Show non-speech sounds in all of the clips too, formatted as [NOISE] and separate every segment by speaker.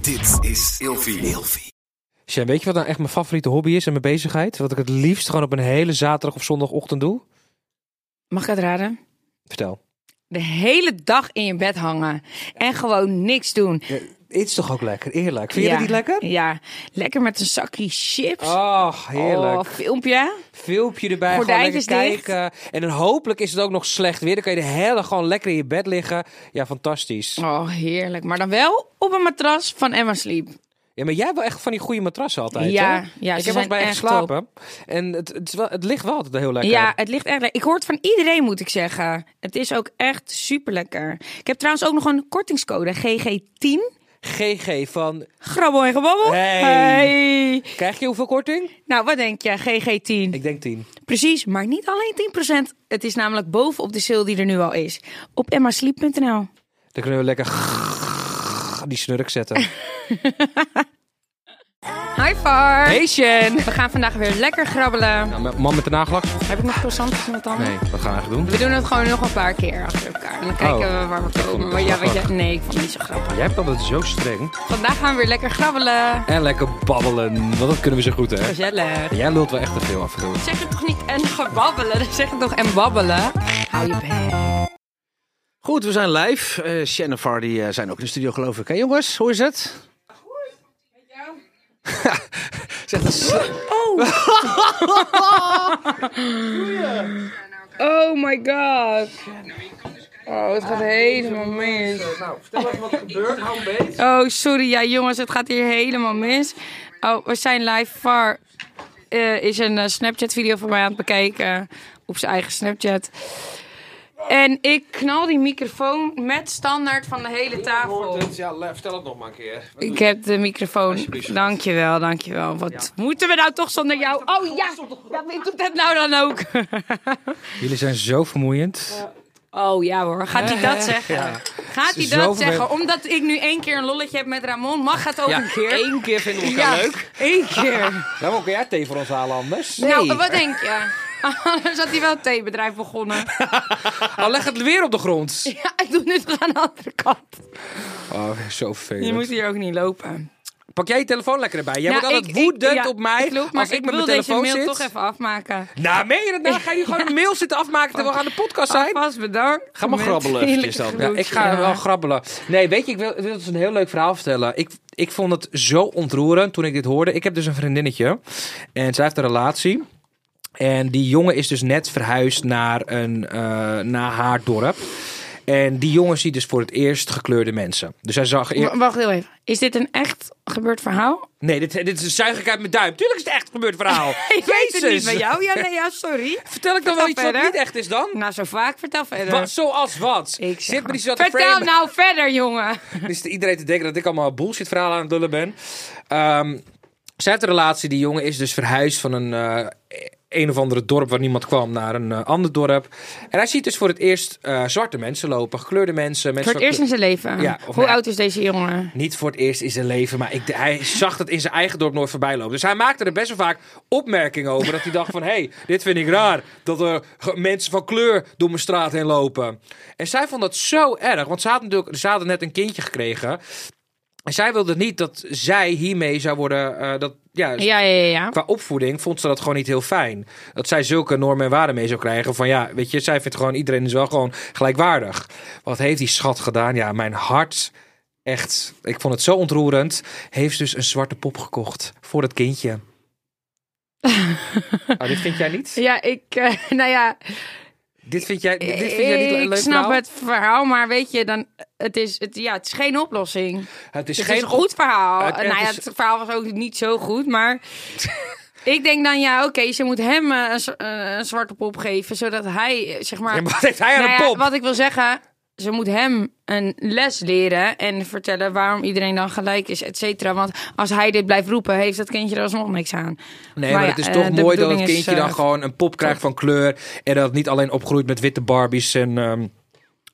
Speaker 1: Dit is Ilfie.
Speaker 2: Sjen, weet je wat nou echt mijn favoriete hobby is en mijn bezigheid? Wat ik het liefst gewoon op een hele zaterdag of zondagochtend doe?
Speaker 3: Mag ik het raden?
Speaker 2: Vertel.
Speaker 3: De hele dag in je bed hangen. En gewoon niks doen.
Speaker 2: Het is toch ook lekker, eerlijk.
Speaker 3: Ja.
Speaker 2: Vind je dat niet lekker?
Speaker 3: Ja. Lekker met een zakje chips.
Speaker 2: Oh, heerlijk.
Speaker 3: Oh, filmpje.
Speaker 2: Filmpje erbij, gewoon lekker
Speaker 3: Gordijntjes dicht.
Speaker 2: kijken. En dan hopelijk is het ook nog slecht weer. Dan kan je de hele dag gewoon lekker in je bed liggen. Ja, fantastisch.
Speaker 3: Oh, heerlijk. Maar dan wel op een matras van Emma Sleep.
Speaker 2: Ja, maar jij hebt wel echt van die goede matrassen altijd,
Speaker 3: Ja, ja,
Speaker 2: hè?
Speaker 3: ze
Speaker 2: Ik heb wel
Speaker 3: zijn
Speaker 2: eens bij je
Speaker 3: echt
Speaker 2: geslapen. En het, het, is wel, het ligt wel altijd heel lekker.
Speaker 3: Ja, het ligt echt lekker. Ik hoor het van iedereen, moet ik zeggen. Het is ook echt super lekker. Ik heb trouwens ook nog een kortingscode: GG10.
Speaker 2: GG van...
Speaker 3: Grabbel en gebabbel.
Speaker 2: Hey.
Speaker 3: Hey.
Speaker 2: Krijg je hoeveel korting?
Speaker 3: Nou, wat denk je? GG10.
Speaker 2: Ik denk 10.
Speaker 3: Precies, maar niet alleen 10%. Het is namelijk bovenop de sale die er nu al is. Op emmasleep.nl.
Speaker 2: Dan kunnen we lekker [LAUGHS] die snurk zetten.
Speaker 3: Hi Far.
Speaker 2: Hey Sjen!
Speaker 3: We gaan vandaag weer lekker grabbelen.
Speaker 2: Nou, mijn man met de nagelak?
Speaker 3: Heb ik nog croissantjes met tanden?
Speaker 2: Nee, wat gaan we eigenlijk doen?
Speaker 3: We doen het gewoon nog een paar keer achter elkaar. En dan kijken
Speaker 2: Oh.
Speaker 3: we waar we
Speaker 2: vond
Speaker 3: komen.
Speaker 2: het
Speaker 3: Maar ja,
Speaker 2: best wel
Speaker 3: weet je, nee, ik vond het niet zo grappig.
Speaker 2: Jij hebt altijd zo streng.
Speaker 3: Vandaag gaan we weer lekker grabbelen.
Speaker 2: En lekker babbelen, want dat kunnen we zo goed, hè?
Speaker 3: Gezellig.
Speaker 2: Jij lult wel echt te veel af en toe.
Speaker 3: Zeg het toch niet en gebabbelen? Zeg het toch en babbelen? Hou je bek.
Speaker 4: Goed, we zijn live. Eh Shannon en Vardy eh, zijn ook in de studio, geloof ik. Hé jongens, hoe is het?
Speaker 2: [LAUGHS]
Speaker 4: Goed. Met jou? Zegt een
Speaker 3: Oh my god. Oh, het gaat helemaal mis.
Speaker 4: Ah. Nou, vertel even wat er gebeurt. Hou beet.
Speaker 3: Oh, sorry. Ja, jongens, het gaat hier helemaal mis. Oh, we zijn live. Var eh, is een Snapchat-video van mij aan het bekijken. Op zijn eigen Snapchat. En ik knal die microfoon met standaard van de hele tafel.
Speaker 4: Ja, vertel het nog maar een keer.
Speaker 3: Ik heb de microfoon. Dankjewel, dankjewel. Wat moeten we nou toch zonder jou? Oh ja, ja wie doet dat nou dan ook?
Speaker 2: Jullie zijn zo vermoeiend.
Speaker 3: Oh ja hoor, gaat hij dat zeggen? Gaat hij
Speaker 2: Zo
Speaker 3: dat
Speaker 2: vervelend.
Speaker 3: zeggen? Omdat ik nu één keer een lolletje heb met Ramon, mag het ook een keer?
Speaker 4: Eén keer vinden we elkaar
Speaker 3: Ja,
Speaker 4: leuk.
Speaker 3: één keer.
Speaker 2: Waarom kun jij thee voor ons halen anders?
Speaker 3: Nou, wat denk je? [LAUGHS] Anders had hij wel een theebedrijf
Speaker 2: [LAUGHS]
Speaker 3: begonnen.
Speaker 2: Oh, leg het weer op de grond.
Speaker 3: Ja, ik doe nu toch aan de andere kant.
Speaker 2: Oh, zo
Speaker 3: Je
Speaker 2: vervelend.
Speaker 3: moet hier ook niet lopen.
Speaker 2: Pak jij je telefoon lekker erbij. Jij
Speaker 3: Nou,
Speaker 2: wordt altijd
Speaker 3: ik- ik-
Speaker 2: woedend
Speaker 3: ja,
Speaker 2: op mij
Speaker 3: ik loop, maar
Speaker 2: als ik, met
Speaker 3: wil
Speaker 2: mijn telefoon
Speaker 3: deze
Speaker 2: zit.
Speaker 3: mail toch even afmaken.
Speaker 2: Nou, meen je dat nou? Ga je gewoon een mail zitten afmaken terwijl we aan de podcast zijn?
Speaker 3: Alvast bedankt.
Speaker 4: Ga maar
Speaker 3: Met
Speaker 4: grabbelen eventjes
Speaker 3: vriendelijke
Speaker 4: dan.
Speaker 2: Ja, ik ga
Speaker 3: groetjes.
Speaker 2: wel grabbelen. Nee, weet je, ik wil, ik wil dus een heel leuk verhaal vertellen. Ik, ik vond het zo ontroerend toen ik dit hoorde. Ik heb dus een vriendinnetje en zij heeft een relatie. En die jongen is dus net verhuisd naar, een, eh, naar haar dorp. En die jongen ziet dus voor het eerst gekleurde mensen. Dus hij zag... eer-
Speaker 3: W- Wacht heel even. Is dit een echt gebeurd verhaal?
Speaker 2: Nee, dit, dit is zuig ik uit mijn duim. Tuurlijk is het echt gebeurd verhaal.
Speaker 3: [LAUGHS] Ik weet het niet
Speaker 2: Jezus.
Speaker 3: bij jou. Ja, nee, ja, sorry.
Speaker 2: Vertel ik dan wel
Speaker 3: Vertel
Speaker 2: iets wat
Speaker 3: verder.
Speaker 2: niet echt is dan?
Speaker 3: Nou, zo vaak. Vertel verder.
Speaker 2: Wat, zoals wat?
Speaker 3: eh, Ik zeg
Speaker 2: Zit me
Speaker 3: maar.
Speaker 2: niet zo te
Speaker 3: Vertel
Speaker 2: framen.
Speaker 3: nou verder, jongen.
Speaker 2: Dus iedereen te denken dat ik allemaal bullshit verhalen aan het dullen ben. Ehm zij heeft een relatie. Die jongen is dus verhuisd van een, eh, een of andere dorp waar niemand kwam naar een eh, ander dorp. En hij ziet dus voor het eerst eh, zwarte mensen lopen, gekleurde mensen. mensen
Speaker 3: Voor het
Speaker 2: van
Speaker 3: eerst in zijn leven.
Speaker 2: Ja, of
Speaker 3: Hoe
Speaker 2: nou ja.
Speaker 3: oud is deze jongen?
Speaker 2: niet voor het eerst in zijn leven, maar ik, hij zag dat in zijn eigen dorp nooit voorbij lopen. Dus hij maakte er best wel vaak opmerkingen over. Dat hij dacht van, hé, hey, dit vind ik raar. Dat er ge- mensen van kleur door mijn straat heen lopen. En zij vond dat zo erg, want ze hadden, natuurlijk, ze hadden net een kindje gekregen. En zij wilde niet dat zij hiermee zou worden, eh, dat, ja,
Speaker 3: Ja, ja, ja. ja.
Speaker 2: qua opvoeding vond ze dat gewoon niet heel fijn. Dat zij zulke normen en waarden mee zou krijgen. Van ja, weet je, zij vindt gewoon iedereen is wel gewoon gelijkwaardig. Wat heeft die schat gedaan? Ja, mijn hart. Echt, ik vond het zo ontroerend. Heeft dus een zwarte pop gekocht voor dat
Speaker 3: [LAUGHS]
Speaker 2: kindje. oh, dit vind jij niet?
Speaker 3: Ja, ik, eh, [LAUGHS] nou ja,
Speaker 2: Dit vind jij, dit vind jij niet
Speaker 3: ik
Speaker 2: le- leuk?
Speaker 3: snap
Speaker 2: verhaal?
Speaker 3: het verhaal, maar weet je, dan, het, is, het, ja, het is geen oplossing. Het
Speaker 2: Het is
Speaker 3: is,
Speaker 2: geen
Speaker 3: een goed verhaal.
Speaker 2: Het- het
Speaker 3: nou ja,
Speaker 2: is-
Speaker 3: het verhaal was ook niet zo goed,
Speaker 2: [LAUGHS]
Speaker 3: maar ik denk dan, ja, oké, ze moet hem eh, een, z- eh, een zwarte pop geven, zodat hij, eh, zeg maar...
Speaker 2: Ja, maar wat heeft hij aan
Speaker 3: Nou
Speaker 2: een
Speaker 3: ja,
Speaker 2: pop?
Speaker 3: wat ik wil zeggen, ze moet hem een les leren en vertellen waarom iedereen dan gelijk is, et cetera. Want als hij dit blijft roepen, heeft dat kindje er alsnog niks aan.
Speaker 2: Nee, maar,
Speaker 3: ja,
Speaker 2: het is
Speaker 3: eh,
Speaker 2: toch
Speaker 3: de
Speaker 2: mooi dat het
Speaker 3: bedoeling is,
Speaker 2: kindje dan
Speaker 3: eh,
Speaker 2: gewoon een pop krijgt van kleur. En dat het niet alleen opgroeit met witte Barbies en ehm,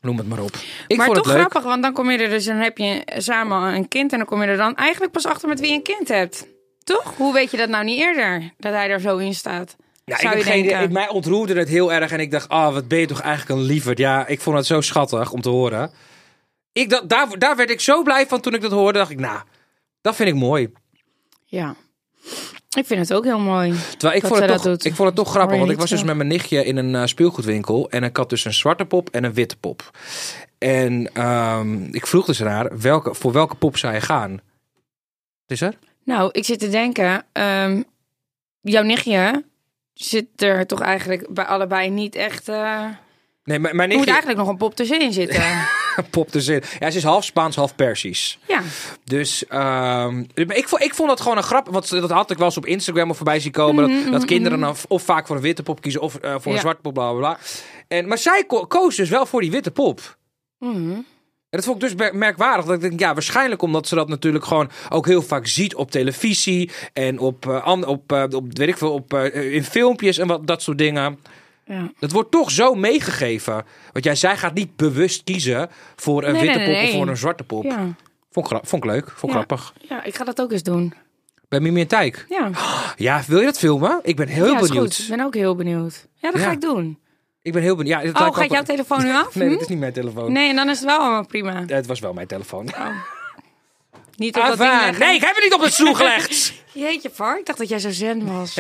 Speaker 2: noem het maar op. Ik
Speaker 3: maar
Speaker 2: vond
Speaker 3: toch
Speaker 2: het leuk.
Speaker 3: grappig, want dan kom je er dus, dan heb je samen een kind en dan kom je er dan eigenlijk pas achter met wie je een kind hebt. Toch? Hoe weet je dat nou niet eerder? Dat hij er zo in staat.
Speaker 2: Ja, ik
Speaker 3: Zou
Speaker 2: heb
Speaker 3: je
Speaker 2: geen idee.
Speaker 3: denken.
Speaker 2: Ik- Mij ontroerde het heel erg. En ik dacht, ah, wat ben je toch eigenlijk een lieverd. Ja, ik vond het zo schattig om te horen. Ik, dat, daar, daar werd ik zo blij van toen ik dat hoorde. dacht ik, nou, Dat vind ik mooi.
Speaker 3: Ja. Ik vind het ook heel mooi.
Speaker 2: Terwijl ik, vond
Speaker 3: Dat
Speaker 2: het,
Speaker 3: zij
Speaker 2: toch,
Speaker 3: dat doet.
Speaker 2: ik vond het toch grappig,
Speaker 3: Hoor je
Speaker 2: want ik was
Speaker 3: niet
Speaker 2: dus
Speaker 3: zo.
Speaker 2: met mijn nichtje in een eh, speelgoedwinkel en ik had dus een zwarte pop en een witte pop. En ehm, ik vroeg dus aan haar welke, voor welke pop zou je gaan. Wat is er?
Speaker 3: Nou, ik zit te denken, ehm, jouw nichtje zit er toch eigenlijk bij allebei niet echt. eh,
Speaker 2: Nee, mijn, mijn
Speaker 3: er moet
Speaker 2: nichtje
Speaker 3: eigenlijk nog een pop tussenin zitten.
Speaker 2: [LAUGHS] pop dus in. Ja, ze is half Spaans, half Persisch.
Speaker 3: ja.
Speaker 2: Dus ehm, ik, vond, ik vond dat gewoon een grap. Want dat had ik wel eens op Instagram al voorbij zien komen. dat, dat kinderen dan of, of vaak voor een witte pop kiezen of eh, voor een
Speaker 3: Mhm, Ja.
Speaker 2: zwarte pop, bla bla bla. En, maar zij ko- koos dus wel voor die witte pop.
Speaker 3: Mhm.
Speaker 2: En dat vond ik dus mer- merkwaardig. Dat ik denk, ja, waarschijnlijk omdat ze dat natuurlijk gewoon ook heel vaak ziet op televisie. En op, eh, an- op, eh, op weet ik veel, op, eh, in filmpjes en wat, dat soort dingen.
Speaker 3: ja.
Speaker 2: Dat wordt toch zo meegegeven. Want jij, zij gaat niet bewust kiezen voor een
Speaker 3: Nee,
Speaker 2: witte
Speaker 3: nee,
Speaker 2: pop
Speaker 3: nee,
Speaker 2: of
Speaker 3: nee.
Speaker 2: voor een zwarte pop.
Speaker 3: Ja.
Speaker 2: Vond, ik gra- vond ik leuk, vond ik
Speaker 3: Ja.
Speaker 2: grappig.
Speaker 3: ja, ik ga dat ook eens doen.
Speaker 2: Bij Mimi en Tijk.
Speaker 3: Ja,
Speaker 2: Ja, wil je dat filmen? Ik ben heel
Speaker 3: ja is
Speaker 2: benieuwd.
Speaker 3: goed. Ik ben ook heel benieuwd. Ja, dat
Speaker 2: Ja.
Speaker 3: ga ik doen.
Speaker 2: Ik ben heel benieuwd. Ja, dit
Speaker 3: Oh,
Speaker 2: lijkt me
Speaker 3: gaat
Speaker 2: ook-
Speaker 3: jouw telefoon nu af?
Speaker 2: Nee,
Speaker 3: Hm?
Speaker 2: dat is niet mijn telefoon.
Speaker 3: Nee, en dan is het wel allemaal prima.
Speaker 2: Ja, Het was wel mijn telefoon.
Speaker 3: Niet op dat ding
Speaker 2: Enfin,
Speaker 3: leggen.
Speaker 2: nee, ik heb het niet op het stoel
Speaker 3: [LAUGHS]
Speaker 2: gelegd.
Speaker 3: Jeetje, Far, ik dacht dat jij zo zen
Speaker 2: [LAUGHS]
Speaker 3: was.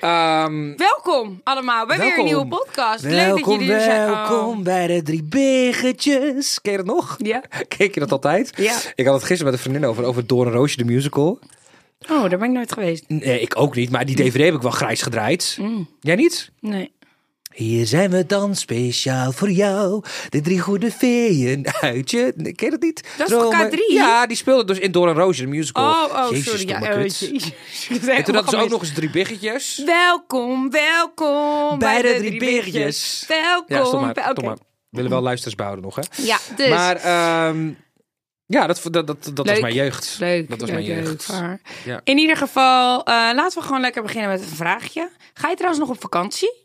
Speaker 2: Ehm,
Speaker 3: welkom allemaal bij weer
Speaker 2: Welkom.
Speaker 3: een nieuwe podcast. Leuk dat
Speaker 2: welkom,
Speaker 3: jullie er zijn. Oh.
Speaker 2: welkom bij de drie biggetjes. Ken je dat nog?
Speaker 3: Ja.
Speaker 2: [LAUGHS] Keek je dat altijd?
Speaker 3: Ja.
Speaker 2: Ik had het gisteren met een vriendin over, over Doorn Roosje, de musical.
Speaker 3: Oh, daar ben ik nooit geweest.
Speaker 2: Nee, ik ook niet, maar die
Speaker 3: Mm.
Speaker 2: DVD heb ik wel grijs gedraaid. Jij niet?
Speaker 3: Nee.
Speaker 2: Hier zijn we dan speciaal voor jou. De drie goede feeën uit je... Nee, Ken je dat niet?
Speaker 3: Dat is toch
Speaker 2: Dromen-
Speaker 3: K3?
Speaker 2: Ja, die speelde dus in Door een Roosje, de musical.
Speaker 3: Oh, oh,
Speaker 2: Jezus,
Speaker 3: sorry. Ja, Oh,
Speaker 2: domme
Speaker 3: eh,
Speaker 2: kut.
Speaker 3: jezus. [LAUGHS] Ik heb het
Speaker 2: En toen hadden
Speaker 3: helemaal
Speaker 2: ze ook
Speaker 3: gemist.
Speaker 2: nog eens drie biggetjes.
Speaker 3: Welkom, welkom
Speaker 2: Bij de drie
Speaker 3: biggetjes.
Speaker 2: biggetjes.
Speaker 3: Welkom.
Speaker 2: Ja, stom maar.
Speaker 3: bij-
Speaker 2: stom
Speaker 3: Oké.
Speaker 2: maar. We willen wel luisteraars behouden nog, hè?
Speaker 3: Ja, dus.
Speaker 2: Maar ehm, ja, dat, dat, dat, dat was
Speaker 3: Leuk.
Speaker 2: mijn jeugd.
Speaker 3: leuk,
Speaker 2: dat was
Speaker 3: leuk,
Speaker 2: mijn jeugd.
Speaker 3: leuk, Far.
Speaker 2: Ja.
Speaker 3: In ieder geval, eh, laten we gewoon lekker beginnen met een vraagje. Ga je trouwens nog op vakantie?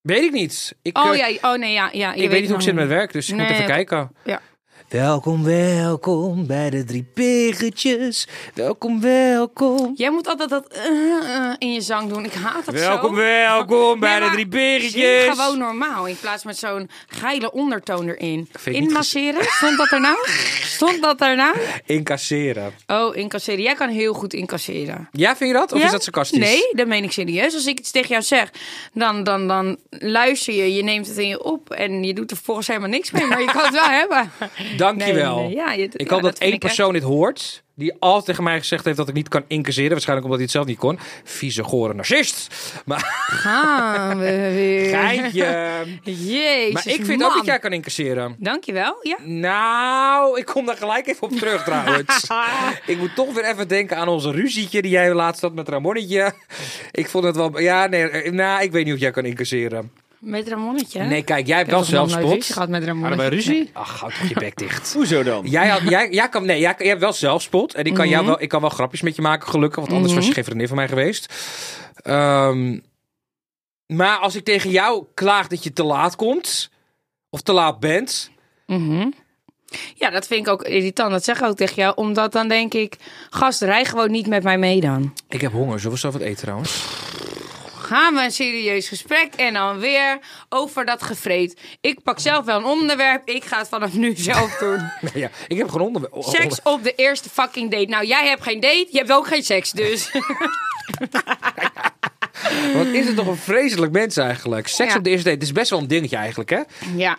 Speaker 2: Weet ik niet. Ik,
Speaker 3: Oh
Speaker 2: eh,
Speaker 3: ja, oh nee, ja, ja. je
Speaker 2: ik weet niet hoe ik
Speaker 3: het
Speaker 2: zit
Speaker 3: nog
Speaker 2: met werk, dus ik
Speaker 3: Nee,
Speaker 2: moet even
Speaker 3: oké.
Speaker 2: kijken.
Speaker 3: Ja.
Speaker 2: Welkom, welkom bij de drie piggetjes. Welkom, welkom.
Speaker 3: Jij moet altijd dat eh, eh, in je zang doen. Ik haat dat
Speaker 2: Welkom,
Speaker 3: zo.
Speaker 2: welkom bij
Speaker 3: Nee,
Speaker 2: de
Speaker 3: maar
Speaker 2: drie
Speaker 3: Zing
Speaker 2: biggetjes.
Speaker 3: gewoon normaal in plaats met zo'n geile ondertoon erin.
Speaker 2: vind het niet
Speaker 3: Inmasseren? Stond dat
Speaker 2: [LAUGHS]
Speaker 3: erna? Stond dat erna?
Speaker 2: Incasseren.
Speaker 3: Oh, incasseren. Jij kan heel goed incasseren.
Speaker 2: Ja, vind je dat? Of
Speaker 3: Ja?
Speaker 2: is dat sarcastisch?
Speaker 3: Nee, dat meen ik serieus. Als ik iets tegen jou zeg, dan, dan, dan luister je, je neemt het in je op en je doet er volgens helemaal niks mee, maar je kan het
Speaker 2: [LAUGHS]
Speaker 3: wel hebben.
Speaker 2: Dankjewel.
Speaker 3: Nee, nee, ja, je-
Speaker 2: ik hoop
Speaker 3: ja,
Speaker 2: dat,
Speaker 3: dat vind
Speaker 2: één
Speaker 3: ik echt-
Speaker 2: persoon dit hoort. Die altijd tegen mij gezegd heeft dat ik niet kan incasseren. Waarschijnlijk omdat hij het zelf niet kon. Vieze, gore narcist. Maar
Speaker 3: Gaan we weer. [LAUGHS]
Speaker 2: geintje.
Speaker 3: Jezus,
Speaker 2: Maar ik vind
Speaker 3: man.
Speaker 2: ook dat jij kan incasseren.
Speaker 3: Dankjewel, ja.
Speaker 2: Nou, ik kom daar gelijk even op terug
Speaker 3: [LAUGHS]
Speaker 2: trouwens. ik moet toch weer even denken aan onze ruzietje die jij laatst had met Ramonnetje. Ik vond het wel... Ja, nee, eh, nou, ik weet niet of jij kan incasseren.
Speaker 3: Met Ramonnetje.
Speaker 2: Nee, kijk, jij hebt wel
Speaker 3: toch nog nooit
Speaker 2: zelfspot.
Speaker 3: ruzie gehad met Ramonnetje?
Speaker 4: Hadden wij ruzie?
Speaker 2: Ach, houd toch je bek dicht.
Speaker 4: Hoezo dan?
Speaker 2: Jij, had, jij, jij, kan, nee, jij, jij hebt wel zelfspot. En ik kan,
Speaker 3: Mhm.
Speaker 2: jou wel, ik kan wel grapjes met je maken, gelukkig. Want anders was je geen vriendin van mij geweest. Ehm, maar als ik tegen jou klaag dat je te laat komt... of te laat bent...
Speaker 3: Mhm. Ja, dat vind ik ook irritant. Dat zeg ik ook tegen jou. Omdat dan denk ik, gast, rij gewoon niet met mij mee dan.
Speaker 2: Ik heb honger. Zullen we zelf wat eten trouwens? [LAUGHS]
Speaker 3: Gaan we een serieus gesprek en dan weer over dat gevreed. Ik pak zelf wel een onderwerp. Ik ga het vanaf nu zelf doen.
Speaker 2: ja, ik heb gewoon onderwerp. oh, oh,
Speaker 3: Seks op de eerste fucking date. Nou, jij hebt geen date. Je hebt ook geen seks, dus.
Speaker 2: oh, Wat is het toch een vreselijk mens eigenlijk. Seks
Speaker 3: Ja.
Speaker 2: op de eerste date. Het is best wel een dingetje eigenlijk, hè?
Speaker 3: Ja.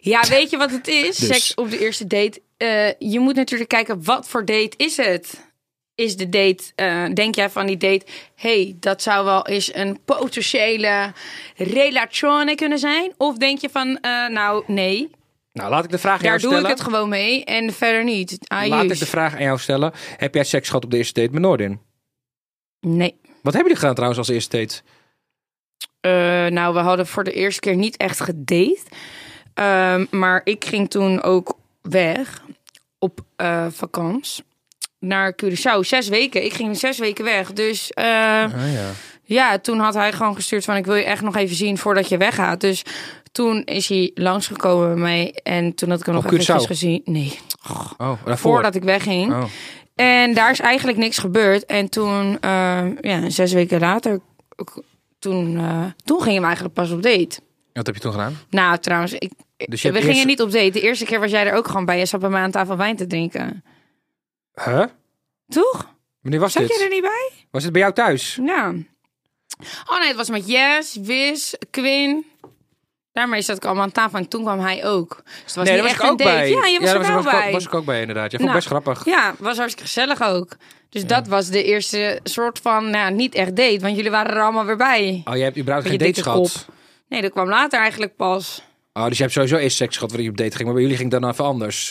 Speaker 3: Ja, weet je wat het is?
Speaker 2: Dus.
Speaker 3: Seks op de eerste date. Eh, je moet natuurlijk kijken, wat voor date is het? Is de date, eh, denk jij van die date, hey, dat zou wel eens een potentiële relatie kunnen zijn? Of denk je van, eh, nou nee,
Speaker 2: Nou, laat ik de vraag aan
Speaker 3: daar
Speaker 2: jou
Speaker 3: doe
Speaker 2: stellen.
Speaker 3: ik het gewoon mee en verder niet. Ah,
Speaker 2: laat ik
Speaker 3: Ajuus.
Speaker 2: de vraag aan jou stellen. Heb jij seks gehad op de eerste date met Noordin?
Speaker 3: Nee.
Speaker 2: Wat hebben jullie gedaan trouwens als eerste date?
Speaker 3: Eh, nou, we hadden voor de eerste keer niet echt gedate. Ehm, maar ik ging toen ook weg op eh vakantie naar Curaçao. Zes weken. Ik ging zes weken weg. Dus eh,
Speaker 2: Ah ja.
Speaker 3: ja, toen had hij gewoon gestuurd van... ik wil je echt nog even zien voordat je weggaat. Dus toen is hij langsgekomen bij mij. En toen had ik hem nog
Speaker 2: Op
Speaker 3: eventjes
Speaker 2: Curaçao?
Speaker 3: gezien. Nee,
Speaker 2: Oh, daarvoor.
Speaker 3: voordat ik wegging.
Speaker 2: Oh.
Speaker 3: En daar is eigenlijk niks gebeurd. En toen, eh, ja, zes weken later, k- toen, eh, toen gingen we eigenlijk pas op date.
Speaker 2: Oké.
Speaker 1: Wat heb je toen gedaan?
Speaker 3: Nou, trouwens, ik,
Speaker 1: Dus je
Speaker 3: we
Speaker 1: hebt
Speaker 3: gingen
Speaker 1: eerst-
Speaker 3: niet op date. De eerste keer was jij er ook gewoon bij. Jij zat bij mij aan tafel wijn te drinken.
Speaker 2: Huh?
Speaker 3: Toch?
Speaker 2: Wanneer was
Speaker 3: Zat jij
Speaker 2: dit?
Speaker 3: er niet bij?
Speaker 2: Was dit bij jou thuis?
Speaker 3: Ja. Oh nee, het was met Jess, Wis, Quinn. Daarmee zat ik allemaal aan tafel en toen kwam hij ook. Dus het was
Speaker 2: nee,
Speaker 3: niet
Speaker 2: daar was
Speaker 3: echt
Speaker 2: ik
Speaker 3: een
Speaker 2: ook
Speaker 3: date.
Speaker 2: bij.
Speaker 3: Ja, je was
Speaker 2: daar
Speaker 3: er wel
Speaker 2: was, ik ook-
Speaker 3: bij.
Speaker 2: was ik ook bij, inderdaad. Je vond
Speaker 3: Nou,
Speaker 2: het best grappig.
Speaker 3: Ja, was hartstikke gezellig ook. Dus dat was de eerste soort van, nou, niet echt date, want jullie waren er allemaal weer bij.
Speaker 2: Oh, je hebt überhaupt geen
Speaker 3: Met je
Speaker 2: dates
Speaker 3: dikke
Speaker 2: gehad.
Speaker 3: Nee, dat kwam later eigenlijk pas.
Speaker 2: Oh, dus je hebt sowieso eerst seks gehad waar je op date ging. Maar bij jullie ging het dan even anders. [LAUGHS]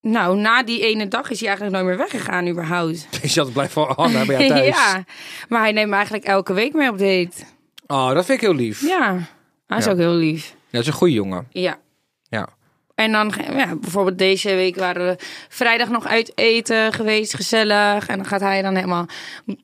Speaker 3: Nou, na die ene dag is hij eigenlijk nooit meer weggegaan, überhaupt.
Speaker 2: Je zat blijven hangen oh, nou, bij jou thuis.
Speaker 3: [LAUGHS] ja, maar hij neemt me eigenlijk elke week mee op date.
Speaker 2: Oh, dat vind ik heel lief. Ja,
Speaker 3: Ja, hij is
Speaker 2: Ja.
Speaker 3: ook heel lief.
Speaker 2: dat is een goede jongen.
Speaker 3: Ja.
Speaker 2: Ja.
Speaker 3: En dan, ja, bijvoorbeeld deze week waren we vrijdag nog uit eten geweest, gezellig. En dan gaat hij dan helemaal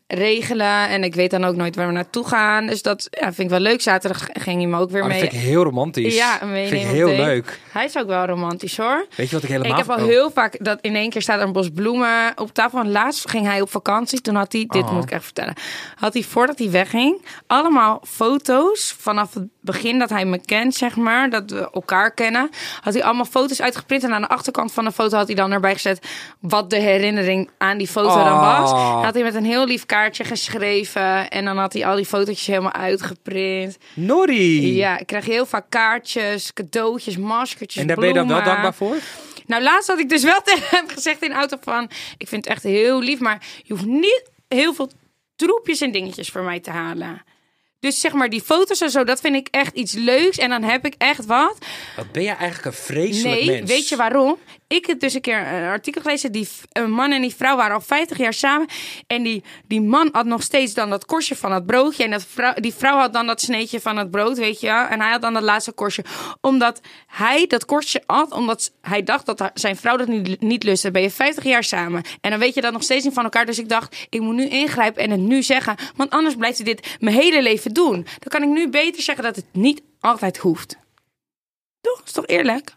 Speaker 3: regelen. En ik weet dan ook nooit waar we naartoe gaan. Dus dat ja, vind ik wel leuk. Zaterdag ging hij me ook weer
Speaker 2: Oh, dat
Speaker 3: mee.
Speaker 2: vind ik heel romantisch.
Speaker 3: Ja,
Speaker 2: vind ik
Speaker 3: meenemen op
Speaker 2: heel
Speaker 3: date.
Speaker 2: leuk.
Speaker 3: Hij is ook wel romantisch hoor.
Speaker 2: Weet je wat ik helemaal...
Speaker 3: Ik heb al
Speaker 2: oh.
Speaker 3: heel vaak dat in één keer staat er een bos bloemen op tafel. Want laatst ging hij op vakantie. Toen had hij, dit
Speaker 2: Oh.
Speaker 3: moet ik echt vertellen. Had hij voordat hij wegging, allemaal foto's vanaf het begin dat hij me kent, zeg maar. Dat we elkaar kennen. Had hij allemaal foto's uitgeprint. En aan de achterkant van de foto had hij dan erbij gezet wat de herinnering aan die foto dan was.
Speaker 2: Oh.
Speaker 3: Dan had hij met een heel lief kaartje geschreven. En dan had hij al die fotootjes helemaal uitgeprint.
Speaker 2: Norrie.
Speaker 3: Ja, ik krijg heel vaak kaartjes, cadeautjes, maskertjes,
Speaker 2: En daar ben je dan wel
Speaker 3: bloemen.
Speaker 2: dankbaar voor?
Speaker 3: Nou, laatst had ik dus wel [LAUGHS] tegen hem gezegd in de auto van... ik vind het echt heel lief, maar je hoeft niet heel veel troepjes en dingetjes voor mij te halen. Dus zeg maar, die foto's en zo, dat vind ik echt iets leuks. En dan heb ik echt wat.
Speaker 2: Wat ben je eigenlijk een vreselijk
Speaker 3: Nee,
Speaker 2: mens.
Speaker 3: weet je waarom? Ik heb dus een keer een artikel gelezen. Die v- een man en die vrouw waren al 50 jaar samen. En die, die man had nog steeds dan dat korstje van dat broodje. En dat vrouw, die vrouw had dan dat sneetje van het brood, weet je wel. En hij had dan dat laatste korstje. Omdat hij dat korstje had, omdat hij dacht dat haar- zijn vrouw dat niet, niet lustte. Ben je 50 jaar samen. En dan weet je dat nog steeds niet van elkaar. Dus ik dacht, ik moet nu ingrijpen en het nu zeggen. Want anders blijft hij dit mijn hele leven doen. Dan kan ik nu beter zeggen dat het niet altijd hoeft. Toch? Is toch eerlijk?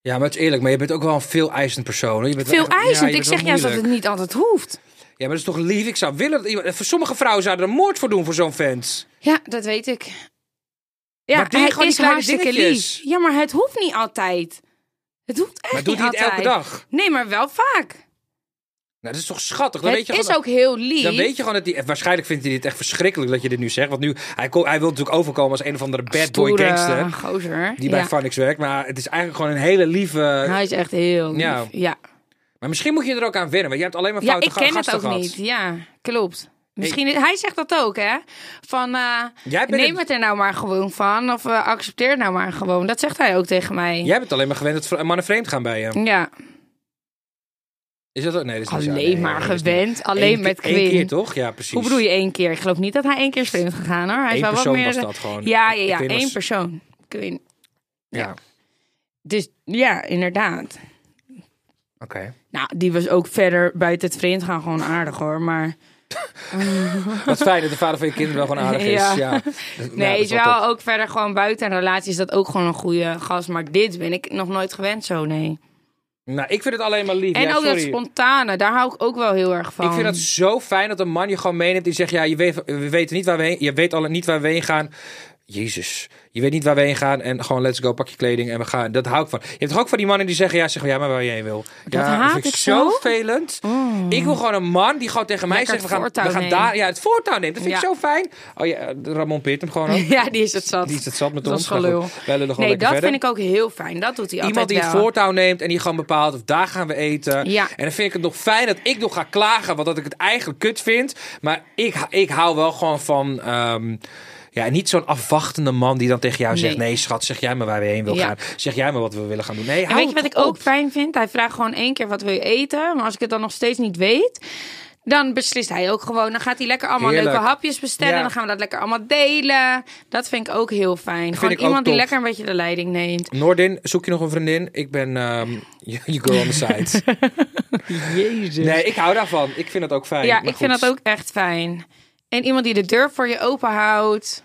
Speaker 2: Ja, maar het is eerlijk. Maar je bent ook wel een veel eisend persoon. hoor. Je bent wel
Speaker 3: Veel
Speaker 2: echt- ja, je
Speaker 3: eisend.
Speaker 2: bent
Speaker 3: ik zeg
Speaker 2: wel
Speaker 3: juist dat
Speaker 2: moeilijk.
Speaker 3: het niet altijd hoeft.
Speaker 2: Ja, maar dat is toch lief? Ik zou willen dat iemand... Voor sommige vrouwen zouden er moord voor doen voor zo'n vent.
Speaker 3: Ja, dat weet ik. Ja,
Speaker 2: Maar doe je
Speaker 3: hij
Speaker 2: gewoon die
Speaker 3: is
Speaker 2: kleine
Speaker 3: hartstikke
Speaker 2: dingetjes?
Speaker 3: lief. Ja, maar het hoeft niet altijd. Het hoeft echt
Speaker 2: Maar doet
Speaker 3: niet
Speaker 2: hij het
Speaker 3: altijd.
Speaker 2: elke dag?
Speaker 3: Nee, maar wel vaak.
Speaker 2: Nou, dat is toch schattig? Dan weet
Speaker 3: het
Speaker 2: je
Speaker 3: is
Speaker 2: gewoon-
Speaker 3: ook heel lief.
Speaker 2: Dan weet je gewoon dat hij... Waarschijnlijk vindt hij dit echt verschrikkelijk dat je dit nu zegt. Want nu... Hij, ko- hij wil natuurlijk overkomen als een of andere bad boy
Speaker 3: Stoere
Speaker 2: gangster.
Speaker 3: Gozer.
Speaker 2: Die bij
Speaker 3: ja.
Speaker 2: Phonics werkt. Maar het is eigenlijk gewoon een hele lieve...
Speaker 3: Hij is echt heel lief.
Speaker 2: Ja.
Speaker 3: Ja, ja.
Speaker 2: Maar misschien moet je er ook aan wennen. Want je hebt alleen maar
Speaker 3: ja
Speaker 2: foute
Speaker 3: ik ken
Speaker 2: gasten
Speaker 3: het ook
Speaker 2: gehad.
Speaker 3: niet. Ja, klopt. Misschien, hij zegt dat ook, hè? Van, eh,
Speaker 2: Jij bent
Speaker 3: neem
Speaker 2: het-
Speaker 3: het... er nou maar gewoon van. Of eh, accepteer het nou maar gewoon. Dat zegt hij ook tegen mij.
Speaker 2: Jij bent alleen maar gewend dat vr- mannen vreemd gaan bij je.
Speaker 3: ja.
Speaker 2: Is dat ook? Nee, dat is niet zo.
Speaker 3: Alleen
Speaker 2: Nee,
Speaker 3: maar
Speaker 2: nee, dat is niet-
Speaker 3: gewend, alleen
Speaker 2: Eén
Speaker 3: met
Speaker 2: keer- één
Speaker 3: Quinn.
Speaker 2: keer toch? Ja, precies.
Speaker 3: Hoe bedoel je één keer? Ik geloof niet dat hij één keer is vreemd gegaan hoor. Hij is
Speaker 2: Eén
Speaker 3: wel wat
Speaker 2: persoon
Speaker 3: meer...
Speaker 2: was dat gewoon.
Speaker 3: Ja, ja, ja,
Speaker 2: Quinn was-
Speaker 3: één persoon. Quinn.
Speaker 2: Ja,
Speaker 3: Ja. Dus ja, inderdaad.
Speaker 2: oké.
Speaker 3: Nou, die was ook verder buiten het vreemd gaan gewoon aardig hoor. Maar
Speaker 2: Wat fijn dat de vader van je kinderen wel gewoon aardig is. Ja.
Speaker 3: [LAUGHS] Ja.
Speaker 2: Dat- ja,
Speaker 3: nee,
Speaker 2: dat
Speaker 3: is
Speaker 2: top.
Speaker 3: wel ook verder gewoon buiten een relatie is dat ook gewoon een goede gast. Maar dit ben ik nog nooit gewend zo, nee.
Speaker 2: Nou, ik vind het alleen maar lief.
Speaker 3: En
Speaker 2: ja,
Speaker 3: ook dat
Speaker 2: sorry.
Speaker 3: spontane, daar hou ik ook wel heel erg van.
Speaker 2: Ik
Speaker 3: [LAUGHS]
Speaker 2: vind het zo fijn dat een man je gewoon meeneemt. Die zegt, ja, je weet, we weten niet waar we heen, je weet al niet waar we heen gaan. Jezus, je weet niet waar we heen gaan. En gewoon let's go, pak je kleding en we gaan. Dat hou ik van. Je hebt toch ook van die mannen die zeggen, ja, zeg maar, ja, maar waar je heen wil. ja,
Speaker 3: haat
Speaker 2: vind ik
Speaker 3: ik
Speaker 2: zo
Speaker 3: zo.
Speaker 2: vervelend. Ik wil gewoon een man die gewoon tegen mij
Speaker 3: Lekker
Speaker 2: zegt, we
Speaker 3: het
Speaker 2: gaan, we
Speaker 3: voortouw
Speaker 2: gaan
Speaker 3: nemen.
Speaker 2: daar... Ja, het voortouw neemt. Dat vind ik
Speaker 3: Ja.
Speaker 2: zo fijn. Oh ja, Ramon Peert hem gewoon ook.
Speaker 3: Ja, die is het zat.
Speaker 2: Die is het zat met
Speaker 3: dat
Speaker 2: ons.
Speaker 3: is gewoon
Speaker 2: Maar goed,
Speaker 3: lul.
Speaker 2: wij lullen gewoon lekker
Speaker 3: Nee, dat
Speaker 2: verder.
Speaker 3: vind ik ook heel fijn. Dat doet hij altijd
Speaker 2: Iemand die het
Speaker 3: wel.
Speaker 2: voortouw neemt en die gewoon bepaalt of daar gaan we eten.
Speaker 3: Ja.
Speaker 2: En dan vind ik het nog fijn dat ik nog ga klagen, want dat ik het eigenlijk kut vind. Maar ik, ik hou wel gewoon van. ehm, ja, niet zo'n afwachtende man die dan tegen jou zegt:
Speaker 3: Nee.
Speaker 2: Nee, schat, zeg jij maar waar we heen wil
Speaker 3: Ja.
Speaker 2: gaan. Zeg jij maar wat we willen gaan doen. Nee,
Speaker 3: En
Speaker 2: hou
Speaker 3: weet je wat
Speaker 2: het
Speaker 3: ik ook
Speaker 2: op.
Speaker 3: fijn vind? Hij vraagt gewoon één keer wat wil je eten. Maar als ik het dan nog steeds niet weet, dan beslist hij ook gewoon. Dan gaat hij lekker allemaal
Speaker 2: Heerlijk.
Speaker 3: leuke hapjes bestellen.
Speaker 2: Ja.
Speaker 3: Dan gaan we dat lekker allemaal delen. Dat vind ik ook heel fijn.
Speaker 2: ik
Speaker 3: Gewoon
Speaker 2: ook
Speaker 3: iemand die
Speaker 2: top.
Speaker 3: lekker een beetje de leiding neemt.
Speaker 2: Noordin, zoek je nog een vriendin? Ik ben ehm [LAUGHS] je je girl on the side.
Speaker 3: [LAUGHS] Jezus.
Speaker 2: Nee, ik hou daarvan. Ik vind het ook fijn.
Speaker 3: ja,
Speaker 2: Maar
Speaker 3: ik vind
Speaker 2: goed.
Speaker 3: dat ook echt fijn. En iemand die de deur voor je open houdt,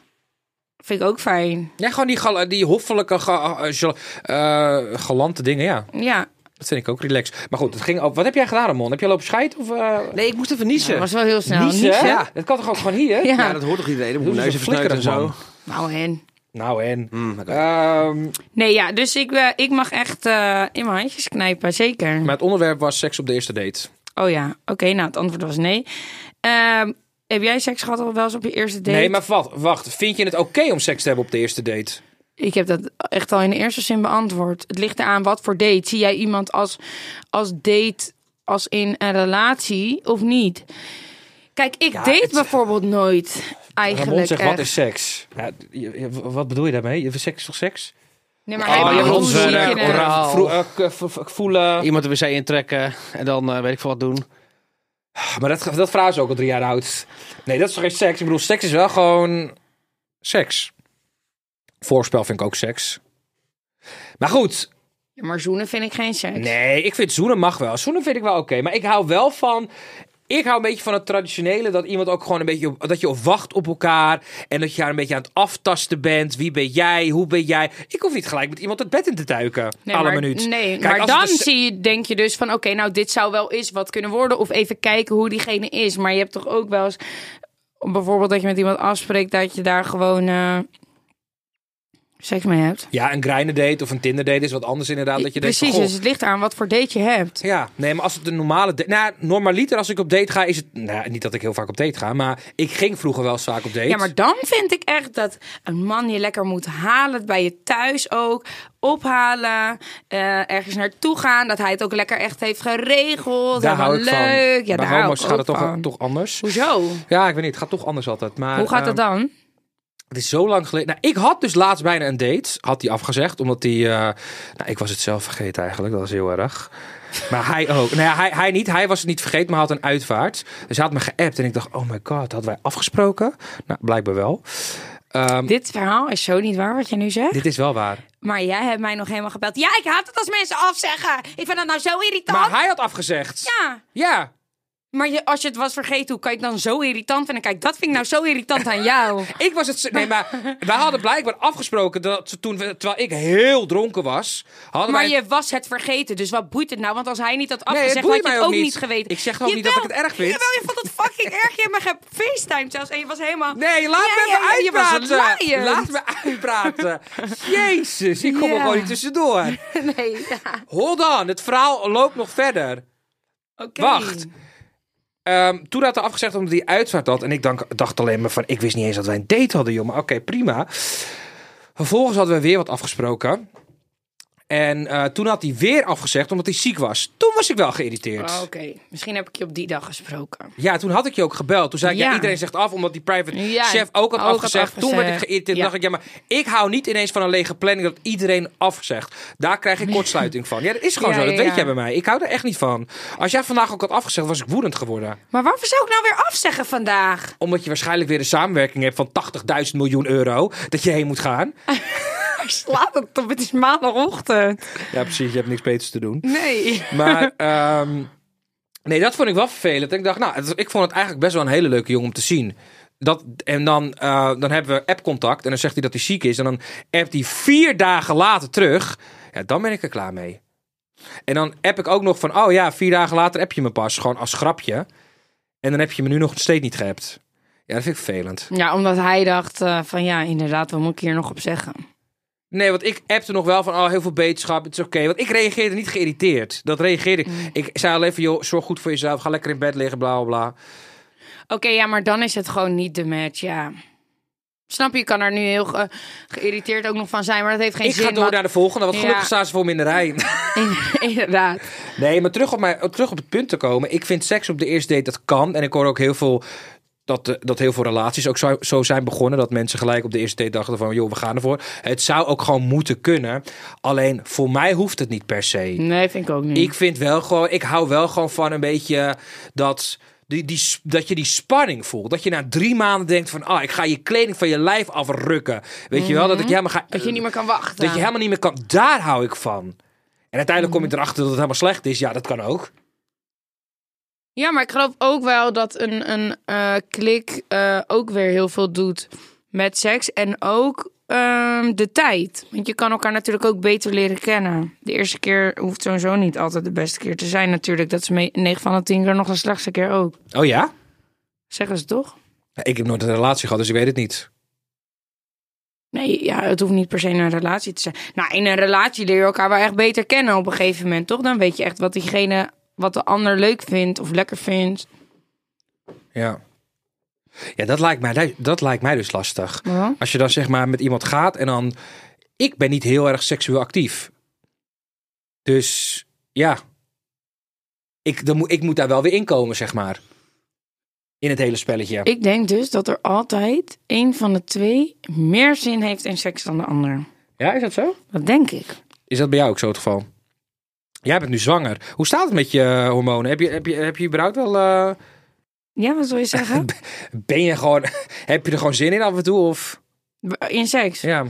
Speaker 3: vind ik ook fijn.
Speaker 2: Ja, gewoon die, gal- die hoffelijke, ga- eh, gal- eh, galante dingen, ja.
Speaker 3: Ja,
Speaker 2: Dat vind ik ook relaxed. Maar goed, het ging ook. Wat heb jij gedaan, Ramon? Heb jij lopen scheid? Of, eh
Speaker 4: Nee, ik moest even niezen.
Speaker 3: dat was wel heel snel.
Speaker 2: niezen?
Speaker 3: Niezen?
Speaker 2: Ja, dat kan toch ook gewoon hier?
Speaker 3: [LAUGHS] Ja.
Speaker 4: Ja, dat hoort toch iedereen? Dat moet
Speaker 2: Doe
Speaker 4: neus
Speaker 2: eens
Speaker 4: even
Speaker 2: een
Speaker 4: snuiten en
Speaker 2: flikkerig,
Speaker 4: zo.
Speaker 2: man.
Speaker 3: Nou, hen.
Speaker 2: Nou en?
Speaker 4: Mm, oké.
Speaker 2: Ehm,
Speaker 3: Nee, ja, dus ik, eh, ik mag echt eh, in mijn handjes knijpen, zeker.
Speaker 2: maar het onderwerp was seks op de eerste date.
Speaker 3: Oh ja, oké, nou, het antwoord was nee. Ehm, heb jij seks gehad al wel eens op je eerste date?
Speaker 2: Nee, maar wacht, wacht. Vind je het oké om seks te hebben op de eerste date?
Speaker 3: Ik heb dat echt al in de eerste zin beantwoord. Het ligt eraan wat voor date. Zie jij iemand als, als date, als in een relatie of niet? Kijk, ik date
Speaker 2: het-
Speaker 3: bijvoorbeeld nooit. Eigenlijk.
Speaker 2: Ramon zegt, wat
Speaker 3: echt.
Speaker 2: is seks? Ja, je- je- wat bedoel je daarmee? Je- Seks is toch seks?
Speaker 3: Nee, maar
Speaker 4: Oh,
Speaker 2: Ah,
Speaker 3: hij
Speaker 4: maar je
Speaker 3: bedoelt
Speaker 4: hebt
Speaker 3: hoe
Speaker 4: ontwerp,
Speaker 3: zie je het?
Speaker 4: oraal.
Speaker 2: vro- vro- eh, k- v- v- voelen.
Speaker 4: Iemand de wc intrekken en dan eh, weet ik veel wat doen.
Speaker 2: Ah, Maar dat, dat vraag is ook al drie jaar oud. Nee, dat is toch geen seks? Ik bedoel, seks is wel gewoon seks. Voorspel vind ik ook seks. Maar goed,
Speaker 3: Ja, maar zoenen vind ik geen seks.
Speaker 2: nee, ik vind zoenen mag wel. Zoenen vind ik wel oké. maar ik hou wel van... Ik hou een beetje van het traditionele. Dat iemand ook gewoon een beetje... op- dat je op wacht op elkaar. En dat je haar een beetje aan het aftasten bent. Wie ben jij? Hoe ben jij? Ik hoef niet gelijk met iemand het bed in te duiken.
Speaker 3: Nee,
Speaker 2: alle
Speaker 3: maar,
Speaker 2: minuut.
Speaker 3: Nee,
Speaker 2: Kijk,
Speaker 3: maar
Speaker 2: als het dus- een
Speaker 3: dan
Speaker 2: se-
Speaker 3: zie je, denk je dus van... oké, nou dit zou wel eens wat kunnen worden. Of even kijken hoe diegene is. Maar je hebt toch ook wel eens... bijvoorbeeld dat je met iemand afspreekt... dat je daar gewoon eh, seks mee hebt.
Speaker 2: Ja, een grinder date of een Tinder date is wat anders inderdaad. Dat je denkt,
Speaker 3: Precies,
Speaker 2: van, goh,
Speaker 3: dus het ligt aan wat voor date je hebt.
Speaker 2: Ja, nee, maar als het een normale... date- Nou, normaliter als ik op date ga is het... Nou, niet dat ik heel vaak op date ga, maar ik ging vroeger wel eens vaak op date.
Speaker 3: Ja, maar dan vind ik echt dat een man je lekker moet halen. Bij je thuis ook. Ophalen. eh, ergens naartoe gaan. Dat hij het ook lekker echt heeft geregeld.
Speaker 2: daar hou ik
Speaker 3: Helemaal leuk.
Speaker 2: van. Bij
Speaker 3: Ja, daar hou
Speaker 2: homo's
Speaker 3: ik
Speaker 2: gaat
Speaker 3: ook
Speaker 2: het toch,
Speaker 3: van.
Speaker 2: toch anders.
Speaker 3: Hoezo?
Speaker 2: Ja, ik weet niet, het gaat toch anders altijd. Maar,
Speaker 3: Hoe gaat dat
Speaker 2: ehm,
Speaker 3: dan?
Speaker 2: Het is zo lang geleden. Nou, ik had dus laatst bijna een date. Had hij afgezegd, omdat hij... eh, nou, ik was het zelf vergeten eigenlijk. Dat was heel erg. Maar hij ook. Nou ja, hij, hij niet. Hij was het niet vergeten, maar had een uitvaart. Dus hij had me geappt. En ik dacht, oh my god, hadden wij afgesproken? Nou, blijkbaar wel. Ehm,
Speaker 3: Dit verhaal is zo niet waar wat je nu zegt.
Speaker 2: dit is wel waar.
Speaker 3: Maar jij hebt mij nog helemaal gebeld. Ja, ik haat het als mensen afzeggen. Ik vind dat nou zo irritant.
Speaker 2: Maar hij had afgezegd.
Speaker 3: Ja,
Speaker 2: Ja.
Speaker 3: maar je, als je het was vergeten, hoe kan ik dan zo irritant vinden? Kijk, dat vind ik nou zo irritant [LAUGHS] aan jou.
Speaker 2: Ik was het. Nee,
Speaker 3: [LAUGHS]
Speaker 2: maar wij hadden blijkbaar afgesproken dat ze toen, we- terwijl ik heel dronken was, hadden
Speaker 3: Maar
Speaker 2: wij.
Speaker 3: je was het vergeten, dus wat boeit het nou? Want als hij niet had
Speaker 2: het
Speaker 3: afgezegd,
Speaker 2: boeit
Speaker 3: had je
Speaker 2: mij
Speaker 3: het
Speaker 2: ook
Speaker 3: ook niet,
Speaker 2: niet.
Speaker 3: geweten.
Speaker 2: Ik zeg ook niet dat
Speaker 3: Jawel,
Speaker 2: ik het erg vind.
Speaker 3: Jawel, je vond het fucking erg. Je hebt me gefacetimed zelfs en je was helemaal...
Speaker 2: Nee, laat
Speaker 3: Ja,
Speaker 2: me
Speaker 3: ja, ja,
Speaker 2: even
Speaker 3: je was
Speaker 2: uitpraten.
Speaker 3: een lion.
Speaker 2: laat me
Speaker 3: [LAUGHS]
Speaker 2: uitpraten. Jezus, ik kom er
Speaker 3: Ja.
Speaker 2: gewoon niet tussendoor.
Speaker 3: [LAUGHS] Nee, ja.
Speaker 2: Hold on, het verhaal loopt nog verder.
Speaker 3: Oké.
Speaker 2: Wacht. Ehm, toen had hij afgezegd omdat hij uitvaart had. En ik dank- dacht alleen maar van, ik wist niet eens dat wij een date hadden, joh. Maar oké, prima. Vervolgens hadden we weer wat afgesproken. En eh, toen had hij weer afgezegd omdat hij ziek was. Toen was ik wel geïrriteerd.
Speaker 3: Oh, Oké, misschien heb ik je op die dag gesproken.
Speaker 2: Ja, toen had ik je ook gebeld. Toen zei ik, ja,
Speaker 3: Ja.
Speaker 2: iedereen zegt af, omdat die private
Speaker 3: Ja,
Speaker 2: chef ook had
Speaker 3: ook had
Speaker 2: afgezegd. Toen werd ik
Speaker 3: afgezegd.
Speaker 2: geïrriteerd. Toen
Speaker 3: Ja.
Speaker 2: dacht ik, ja, maar ik hou niet ineens van een lege planning dat iedereen afzegt. Daar krijg ik kortsluiting van. Ja, dat is gewoon
Speaker 3: Ja,
Speaker 2: zo. Dat
Speaker 3: ja,
Speaker 2: weet
Speaker 3: ja.
Speaker 2: jij bij mij. Ik hou er echt niet van. Als jij vandaag ook had afgezegd, was ik woedend geworden.
Speaker 3: Maar waarvoor zou ik nou weer afzeggen vandaag?
Speaker 2: Omdat je waarschijnlijk weer een samenwerking hebt van 80.000 miljoen euro. Dat je heen moet gaan.
Speaker 3: Slaat het op, het is maandagochtend.
Speaker 2: Ja, precies. Je hebt niks beters te doen.
Speaker 3: Nee.
Speaker 2: Maar ehm, nee, dat vond ik wel vervelend. En ik dacht, nou, het- ik vond het eigenlijk best wel een hele leuke jongen om te zien. Dat, en dan, eh, dan hebben we appcontact en dan zegt hij dat hij ziek is. En dan appt hij vier dagen later terug. Ja, dan ben ik er klaar mee. En dan app ik ook nog van, oh ja, vier dagen later app je me pas. Gewoon als grapje. En dan heb je me nu nog steeds niet geappt. Ja, dat vind ik vervelend.
Speaker 3: Ja, omdat hij dacht eh, van ja, inderdaad, wat moet ik hier nog op zeggen?
Speaker 2: Nee, want ik appte nog wel van, oh, heel veel beterschap, het is oké. Want ik reageerde niet geïrriteerd. Dat reageerde ik.
Speaker 3: Mm.
Speaker 2: Ik zei alleen van, joh, zorg goed voor jezelf. Ga lekker in bed liggen, bla, bla, bla.
Speaker 3: Oké, ja, maar dan is het gewoon niet de match, ja. Snap je, je kan er nu heel ge- geïrriteerd ook nog van zijn, maar dat heeft geen
Speaker 2: ik
Speaker 3: zin.
Speaker 2: ga door
Speaker 3: want-
Speaker 2: naar de volgende, want
Speaker 3: Ja.
Speaker 2: gelukkig staan ze voor me in de rij.
Speaker 3: [LAUGHS] inderdaad.
Speaker 2: Nee, maar terug op, mijn, terug op het punt te komen. Ik vind seks op de eerste date, dat kan. En ik hoor ook heel veel... Dat, eh, dat heel veel relaties ook zo, zo zijn begonnen. Dat mensen gelijk op de eerste date dachten van... joh, we gaan ervoor. Het zou ook gewoon moeten kunnen. Alleen, voor mij hoeft het niet per se.
Speaker 3: Nee, vind ik ook niet.
Speaker 2: Ik vind wel gewoon, ik hou wel gewoon van een beetje dat. Die, die, dat je die spanning voelt. Dat je na drie maanden denkt van... ah, ik ga je kleding van je lijf afrukken. Weet je wel? Dat ik helemaal ga...
Speaker 3: Mhm. dat je niet meer kan wachten.
Speaker 2: Dat je helemaal niet meer kan... Daar hou ik van. En uiteindelijk
Speaker 3: Mhm.
Speaker 2: kom je erachter dat het helemaal slecht is. Ja, dat kan ook.
Speaker 3: Ja, maar ik geloof ook wel dat een, een eh, klik eh, ook weer heel veel doet met seks. En ook ehm, de tijd. Want je kan elkaar natuurlijk ook beter leren kennen. De eerste keer hoeft sowieso niet altijd de beste keer te zijn natuurlijk. Dat is 9 van de 10 keer nog de slechtste keer ook.
Speaker 2: Oh ja?
Speaker 3: Zeggen ze toch?
Speaker 2: Ik heb nooit een relatie gehad, dus ik weet het niet.
Speaker 3: Nee, ja, het hoeft niet per se in een relatie te zijn. Nou, in een relatie leer je elkaar wel echt beter kennen op een gegeven moment, toch? Dan weet je echt wat diegene, wat de ander leuk vindt of lekker vindt.
Speaker 2: Ja. Ja, dat lijkt, mij, dat lijkt mij dus lastig.
Speaker 3: Ja.
Speaker 2: Als je dan zeg maar met iemand gaat en dan... Ik ben niet heel erg seksueel actief. Dus ja. Ik, dan moet, ik moet daar wel weer inkomen, zeg maar. In het hele spelletje.
Speaker 3: Ik denk dus dat er altijd een van de twee meer zin heeft in seks dan de ander.
Speaker 2: Ja, is dat zo?
Speaker 3: Dat denk ik.
Speaker 2: Is dat bij jou ook zo het geval? Jij bent nu zwanger. Hoe staat het met je eh, hormonen? Heb je, heb je, heb je überhaupt wel... eh,
Speaker 3: Ja, wat wil je [LAUGHS] zeggen?
Speaker 2: ben je gewoon... [LAUGHS] heb je er gewoon zin in af en toe? Of,
Speaker 3: In seks?
Speaker 2: ja.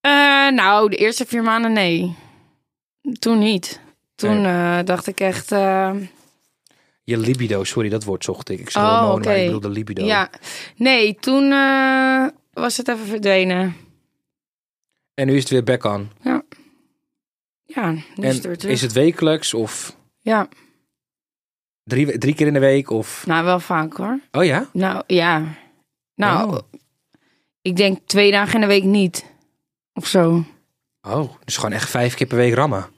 Speaker 3: Eh, nou, de eerste vier maanden nee. Toen niet. Toen eh, dacht ik echt. eh,
Speaker 2: Je libido, sorry, dat woord zocht ik. Ik zei
Speaker 3: Oh,
Speaker 2: hormonen, maar
Speaker 3: oké.
Speaker 2: ik bedoelde libido.
Speaker 3: ja. Nee, toen eh, was het even verdwenen.
Speaker 2: En nu is het weer back on.
Speaker 3: Ja, nu is het
Speaker 2: En
Speaker 3: weer terug.
Speaker 2: is het wekelijks of
Speaker 3: Ja,
Speaker 2: drie, we- drie keer in de week? Of...
Speaker 3: nou wel vaak hoor.
Speaker 2: Oh ja?
Speaker 3: Nou ja. Nou,
Speaker 2: Oh.
Speaker 3: ik denk twee dagen in de week niet. Of zo.
Speaker 2: Oh, dus gewoon echt vijf keer per week rammen.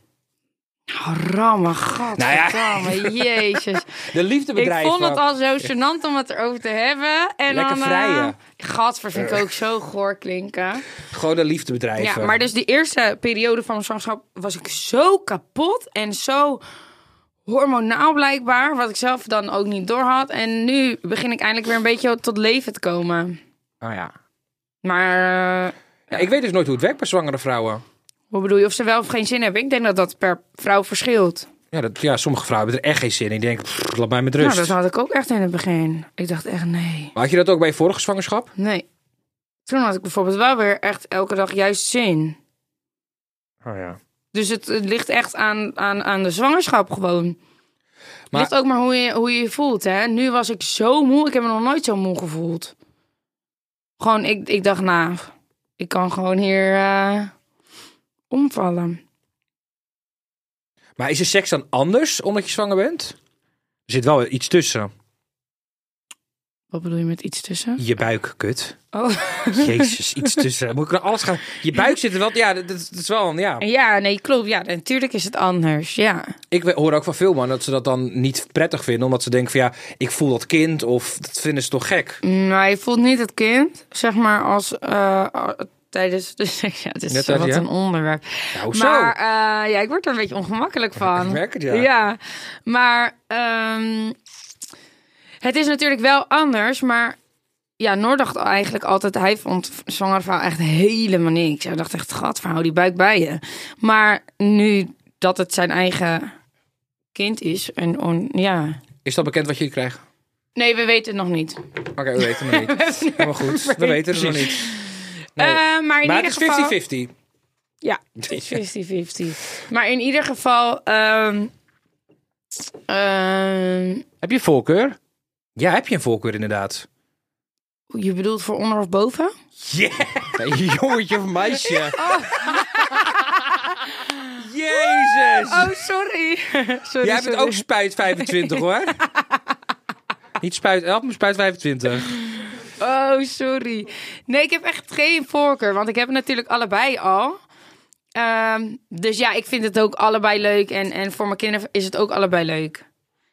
Speaker 3: Oh, ramme, god.
Speaker 2: Nou ja. [LAUGHS]
Speaker 3: jezus.
Speaker 2: De liefdebedrijf.
Speaker 3: Ik vond het al zo gênant om het erover te hebben. En
Speaker 2: Lekker Eh.
Speaker 3: dan, eh,
Speaker 2: vrijen.
Speaker 3: gadver, vind ik ook zo goor klinken.
Speaker 2: Gewoon de liefdebedrijven.
Speaker 3: Ja, maar dus die eerste periode van mijn zwangerschap was ik zo kapot en zo hormonaal blijkbaar, wat ik zelf dan ook niet doorhad. En nu begin ik eindelijk weer een beetje tot leven te komen.
Speaker 2: Oh, ja.
Speaker 3: Maar eh,
Speaker 2: Ja, ik weet dus nooit hoe het werkt bij zwangere vrouwen.
Speaker 3: hoe bedoel je of ze wel of geen zin hebben? Ik denk dat dat per vrouw verschilt.
Speaker 2: Ja, dat, ja, sommige vrouwen hebben er echt geen zin in. Die denken, pff, laat mij met rust.
Speaker 3: Nou, dat had ik ook echt in het begin. Ik dacht echt nee,
Speaker 2: Maar had je dat ook bij je vorige zwangerschap?
Speaker 3: nee. Toen had ik bijvoorbeeld wel weer echt elke dag juist zin.
Speaker 2: Oh ja.
Speaker 3: Dus het, het ligt echt aan, aan, aan de zwangerschap gewoon.
Speaker 2: Maar-
Speaker 3: Maar... Ligt ook maar hoe je, hoe je je voelt, hè. Nu was ik zo moe. Ik heb me nog nooit zo moe gevoeld. Gewoon, ik, ik dacht, nou, ik kan gewoon hier eh, omvallen.
Speaker 2: Maar is de seks dan anders omdat je zwanger bent? Er zit wel iets tussen.
Speaker 3: Wat bedoel je met iets tussen?
Speaker 2: Je buik,
Speaker 3: [LAUGHS]
Speaker 2: kut.
Speaker 3: Oh.
Speaker 2: Jezus, iets tussen. Moet ik naar alles gaan? Je buik zit er wel... Ja, dat, dat is wel een... Ja.
Speaker 3: Ja, nee, klopt. Ja, natuurlijk is het anders. Ja.
Speaker 2: Ik we- hoor ook van veel mannen dat ze dat dan niet prettig vinden. Omdat ze denken van ja, ik voel dat kind. Of dat vinden ze toch gek.
Speaker 3: Maar je voelt niet het kind, zeg maar, als eh, a- tijdens de seks. Ja, het is
Speaker 2: Net
Speaker 3: zo
Speaker 2: als,
Speaker 3: wat
Speaker 2: ja.
Speaker 3: een onderwerp.
Speaker 2: Ja, hoezo?
Speaker 3: Maar eh, ja, ik word er een beetje ongemakkelijk van.
Speaker 2: Ik merk het, Oh, ja.
Speaker 3: maar ehm, het is natuurlijk wel anders, maar ja, Noor dacht eigenlijk altijd, hij vond zwangere vrouw echt helemaal niks. Hij dacht echt, gadver, hou die buik bij je. Maar nu dat het zijn eigen kind is, en on, ja...
Speaker 2: Is dat bekend wat jullie krijgen?
Speaker 3: Nee, we weten het nog niet.
Speaker 2: Oké, we weten
Speaker 3: [LAUGHS]
Speaker 2: het nog niet. Helemaal goed, we weten het nog niet. Nee.
Speaker 3: Eh, maar in
Speaker 2: maar
Speaker 3: ieder
Speaker 2: het
Speaker 3: geval...
Speaker 2: is 50-50.
Speaker 3: Ja, het is 50-50. Maar in ieder geval. ehm, ehm,
Speaker 4: Heb je voorkeur?
Speaker 2: Ja, heb je een voorkeur inderdaad?
Speaker 3: je bedoelt voor onder of boven?
Speaker 2: [LAUGHS]
Speaker 4: Nee, jongetje of meisje?
Speaker 2: Jezus!
Speaker 3: Oh, sorry. [LAUGHS] sorry
Speaker 2: Jij bent ook spuit 25
Speaker 3: [LAUGHS]
Speaker 2: hoor. niet spuit 11, maar spuit 25.
Speaker 3: Oh, sorry. Nee, ik heb echt geen voorkeur, want ik heb het natuurlijk allebei al. Ehm, dus ja, ik vind het ook allebei leuk. En, en voor mijn kinderen is het ook allebei leuk.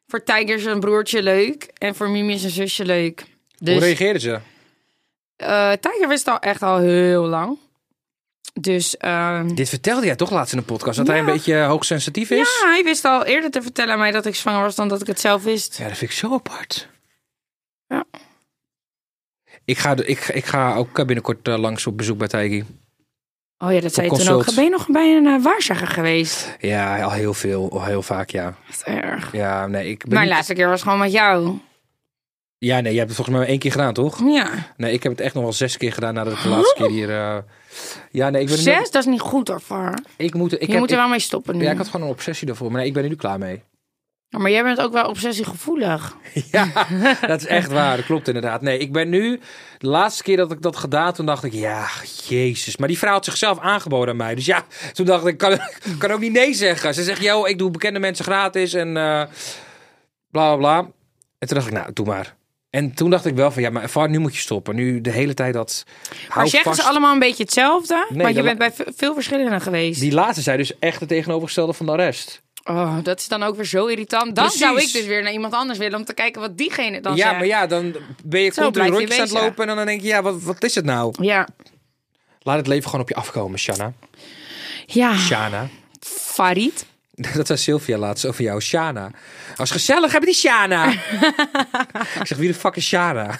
Speaker 3: Voor Tiger is een broertje leuk. En voor Mimi is een zusje leuk. Dus...
Speaker 2: Hoe reageerden ze?
Speaker 3: Eh Tiger wist al echt al heel lang. Dus ehm,
Speaker 2: Dit vertelde jij toch laatst in de podcast, dat hij
Speaker 3: Ja.
Speaker 2: een beetje eh, hoogsensitief is?
Speaker 3: ja, hij wist al eerder te vertellen aan mij dat ik zwanger was dan dat ik het zelf wist.
Speaker 2: Ja, dat vind ik zo apart.
Speaker 3: Ja.
Speaker 2: Ik ga, de- ik, ik ga ook eh, binnenkort eh, langs op bezoek bij Taigi.
Speaker 3: Oh ja, dat zei je toen
Speaker 2: consult.
Speaker 3: ook. Ben je nog bij een eh, waarzegger geweest?
Speaker 2: Ja, al heel veel, al heel vaak, ja.
Speaker 3: Echt erg.
Speaker 2: Ja, nee, ik ben
Speaker 3: Mijn
Speaker 2: niet-
Speaker 3: laatste keer was gewoon met jou.
Speaker 2: Ja, nee, jij hebt het volgens mij maar één keer gedaan, toch?
Speaker 3: Ja.
Speaker 2: Nee, ik heb het echt nog wel zes keer gedaan nadat ik de laatste keer hier... eh, Ja, nee, ik ben er nu-
Speaker 3: Zes, dat is niet goed hoor. Far.
Speaker 2: Ik moet, ik
Speaker 3: Je
Speaker 2: heb,
Speaker 3: moet er
Speaker 2: ik-
Speaker 3: wel mee stoppen nu.
Speaker 2: Ja, ik had gewoon een obsessie daarvoor, maar nee, ik ben er nu klaar mee.
Speaker 3: Maar jij bent ook wel obsessiegevoelig.
Speaker 2: Ja, [LAUGHS] dat is echt waar. Dat klopt inderdaad. Nee, ik ben nu... De laatste keer dat ik dat gedaan, toen dacht ik... Ja, jezus. Maar die vrouw had zichzelf aangeboden aan mij. Dus ja, toen dacht ik, kan, [LAUGHS] kan ook niet nee zeggen. Ze zegt, yo, ik doe bekende mensen gratis en eh, bla, bla, bla. En toen dacht ik, nou, doe maar. En toen dacht ik wel van, ja, maar VAR, nu moet je stoppen. Nu de hele tijd dat...
Speaker 3: Maar
Speaker 2: hou
Speaker 3: zeggen
Speaker 2: vast.
Speaker 3: ze allemaal een beetje hetzelfde?
Speaker 2: Nee,
Speaker 3: want je
Speaker 2: de la-
Speaker 3: bent bij ve- veel verschillende geweest.
Speaker 2: Die laatste zei dus echt het tegenovergestelde van de rest.
Speaker 3: Oh, dat is dan ook weer zo irritant. Dan
Speaker 2: Precies.
Speaker 3: zou ik dus weer naar iemand anders willen om te kijken wat diegene dan
Speaker 2: ja,
Speaker 3: zegt.
Speaker 2: maar ja, dan ben je
Speaker 3: Zo
Speaker 2: continu
Speaker 3: blijf je
Speaker 2: rondjes aan het
Speaker 3: bezig.
Speaker 2: lopen en dan denk je, ja, wat, wat is het nou?
Speaker 3: Ja.
Speaker 2: Laat het leven gewoon op je afkomen, Shanna.
Speaker 3: Ja.
Speaker 2: Shana.
Speaker 3: Farid.
Speaker 2: [LAUGHS] Dat zei Sylvia laatst over jou, Shana. Als gezellig hebben die Shana.
Speaker 3: [LAUGHS]
Speaker 2: ik zeg, wie de fuck is Shana? [LAUGHS]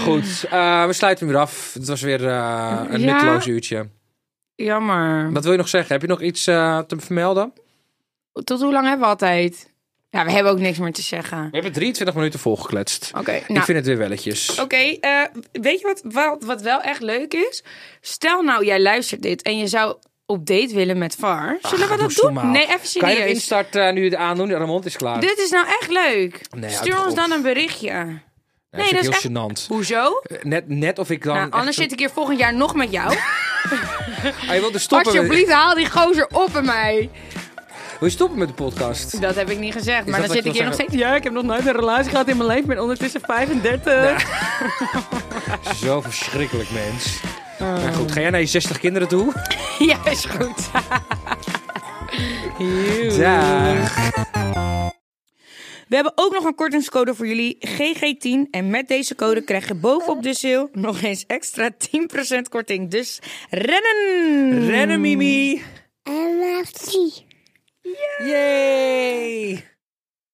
Speaker 2: Goed, eh, we sluiten hem weer af. Het was weer eh, een
Speaker 3: Ja?
Speaker 2: nutteloos uurtje.
Speaker 3: Jammer.
Speaker 2: Wat wil je nog zeggen? Heb je nog iets eh, te vermelden?
Speaker 3: Tot hoe lang hebben we altijd? Ja, we hebben ook niks meer te zeggen.
Speaker 2: We hebben 23 minuten volgekletst.
Speaker 3: Oké,
Speaker 2: Ik
Speaker 3: nou.
Speaker 2: vind het weer welletjes.
Speaker 3: Oké, eh, weet je wat, wat, wat wel echt leuk is? Stel nou, jij luistert dit en je zou op date willen met VAR. Zullen we
Speaker 2: Ah, Doe
Speaker 3: dat
Speaker 2: eens
Speaker 3: doen?
Speaker 2: normaal.
Speaker 3: Nee, even
Speaker 2: Kan je de
Speaker 3: serieus.
Speaker 2: instart eh, nu aandoen? Ramond is klaar.
Speaker 3: Dit is nou echt leuk.
Speaker 2: Nee,
Speaker 3: Stuur
Speaker 2: uit-
Speaker 3: ons dan een berichtje.
Speaker 2: Ja, dat
Speaker 3: nee,
Speaker 2: vind ik
Speaker 3: dat
Speaker 2: heel gênant.
Speaker 3: Hoezo?
Speaker 2: Net, net of ik dan...
Speaker 3: Nou, anders
Speaker 2: Eh, echt-
Speaker 3: zit ik hier volgend jaar nog met
Speaker 2: [LAUGHS]
Speaker 3: jou.
Speaker 2: Ah, je wilde stoppen met...
Speaker 3: Alsjeblieft, haal die gozer op bij mij.
Speaker 2: Wil je stoppen met de podcast?
Speaker 3: Dat heb ik niet gezegd, maar
Speaker 2: dat
Speaker 3: dan
Speaker 2: wat
Speaker 3: zit
Speaker 2: je
Speaker 3: ik hier
Speaker 2: wil
Speaker 3: nog
Speaker 2: zeggen?
Speaker 3: steeds. Ja, ik heb nog nooit een relatie gehad in mijn leven. Ik ben ondertussen 35.
Speaker 2: Zo verschrikkelijk, mens. Nou goed, ga jij naar je 60 kinderen toe?
Speaker 3: [LAUGHS] Ja, is goed. Joe.
Speaker 2: Dag.
Speaker 3: We hebben ook nog een kortingscode voor jullie, GG10. En met deze code krijg je bovenop de sale nog eens extra 10% korting. Dus rennen!
Speaker 2: Rennen, Mimi.
Speaker 1: I love tea.
Speaker 2: Yay.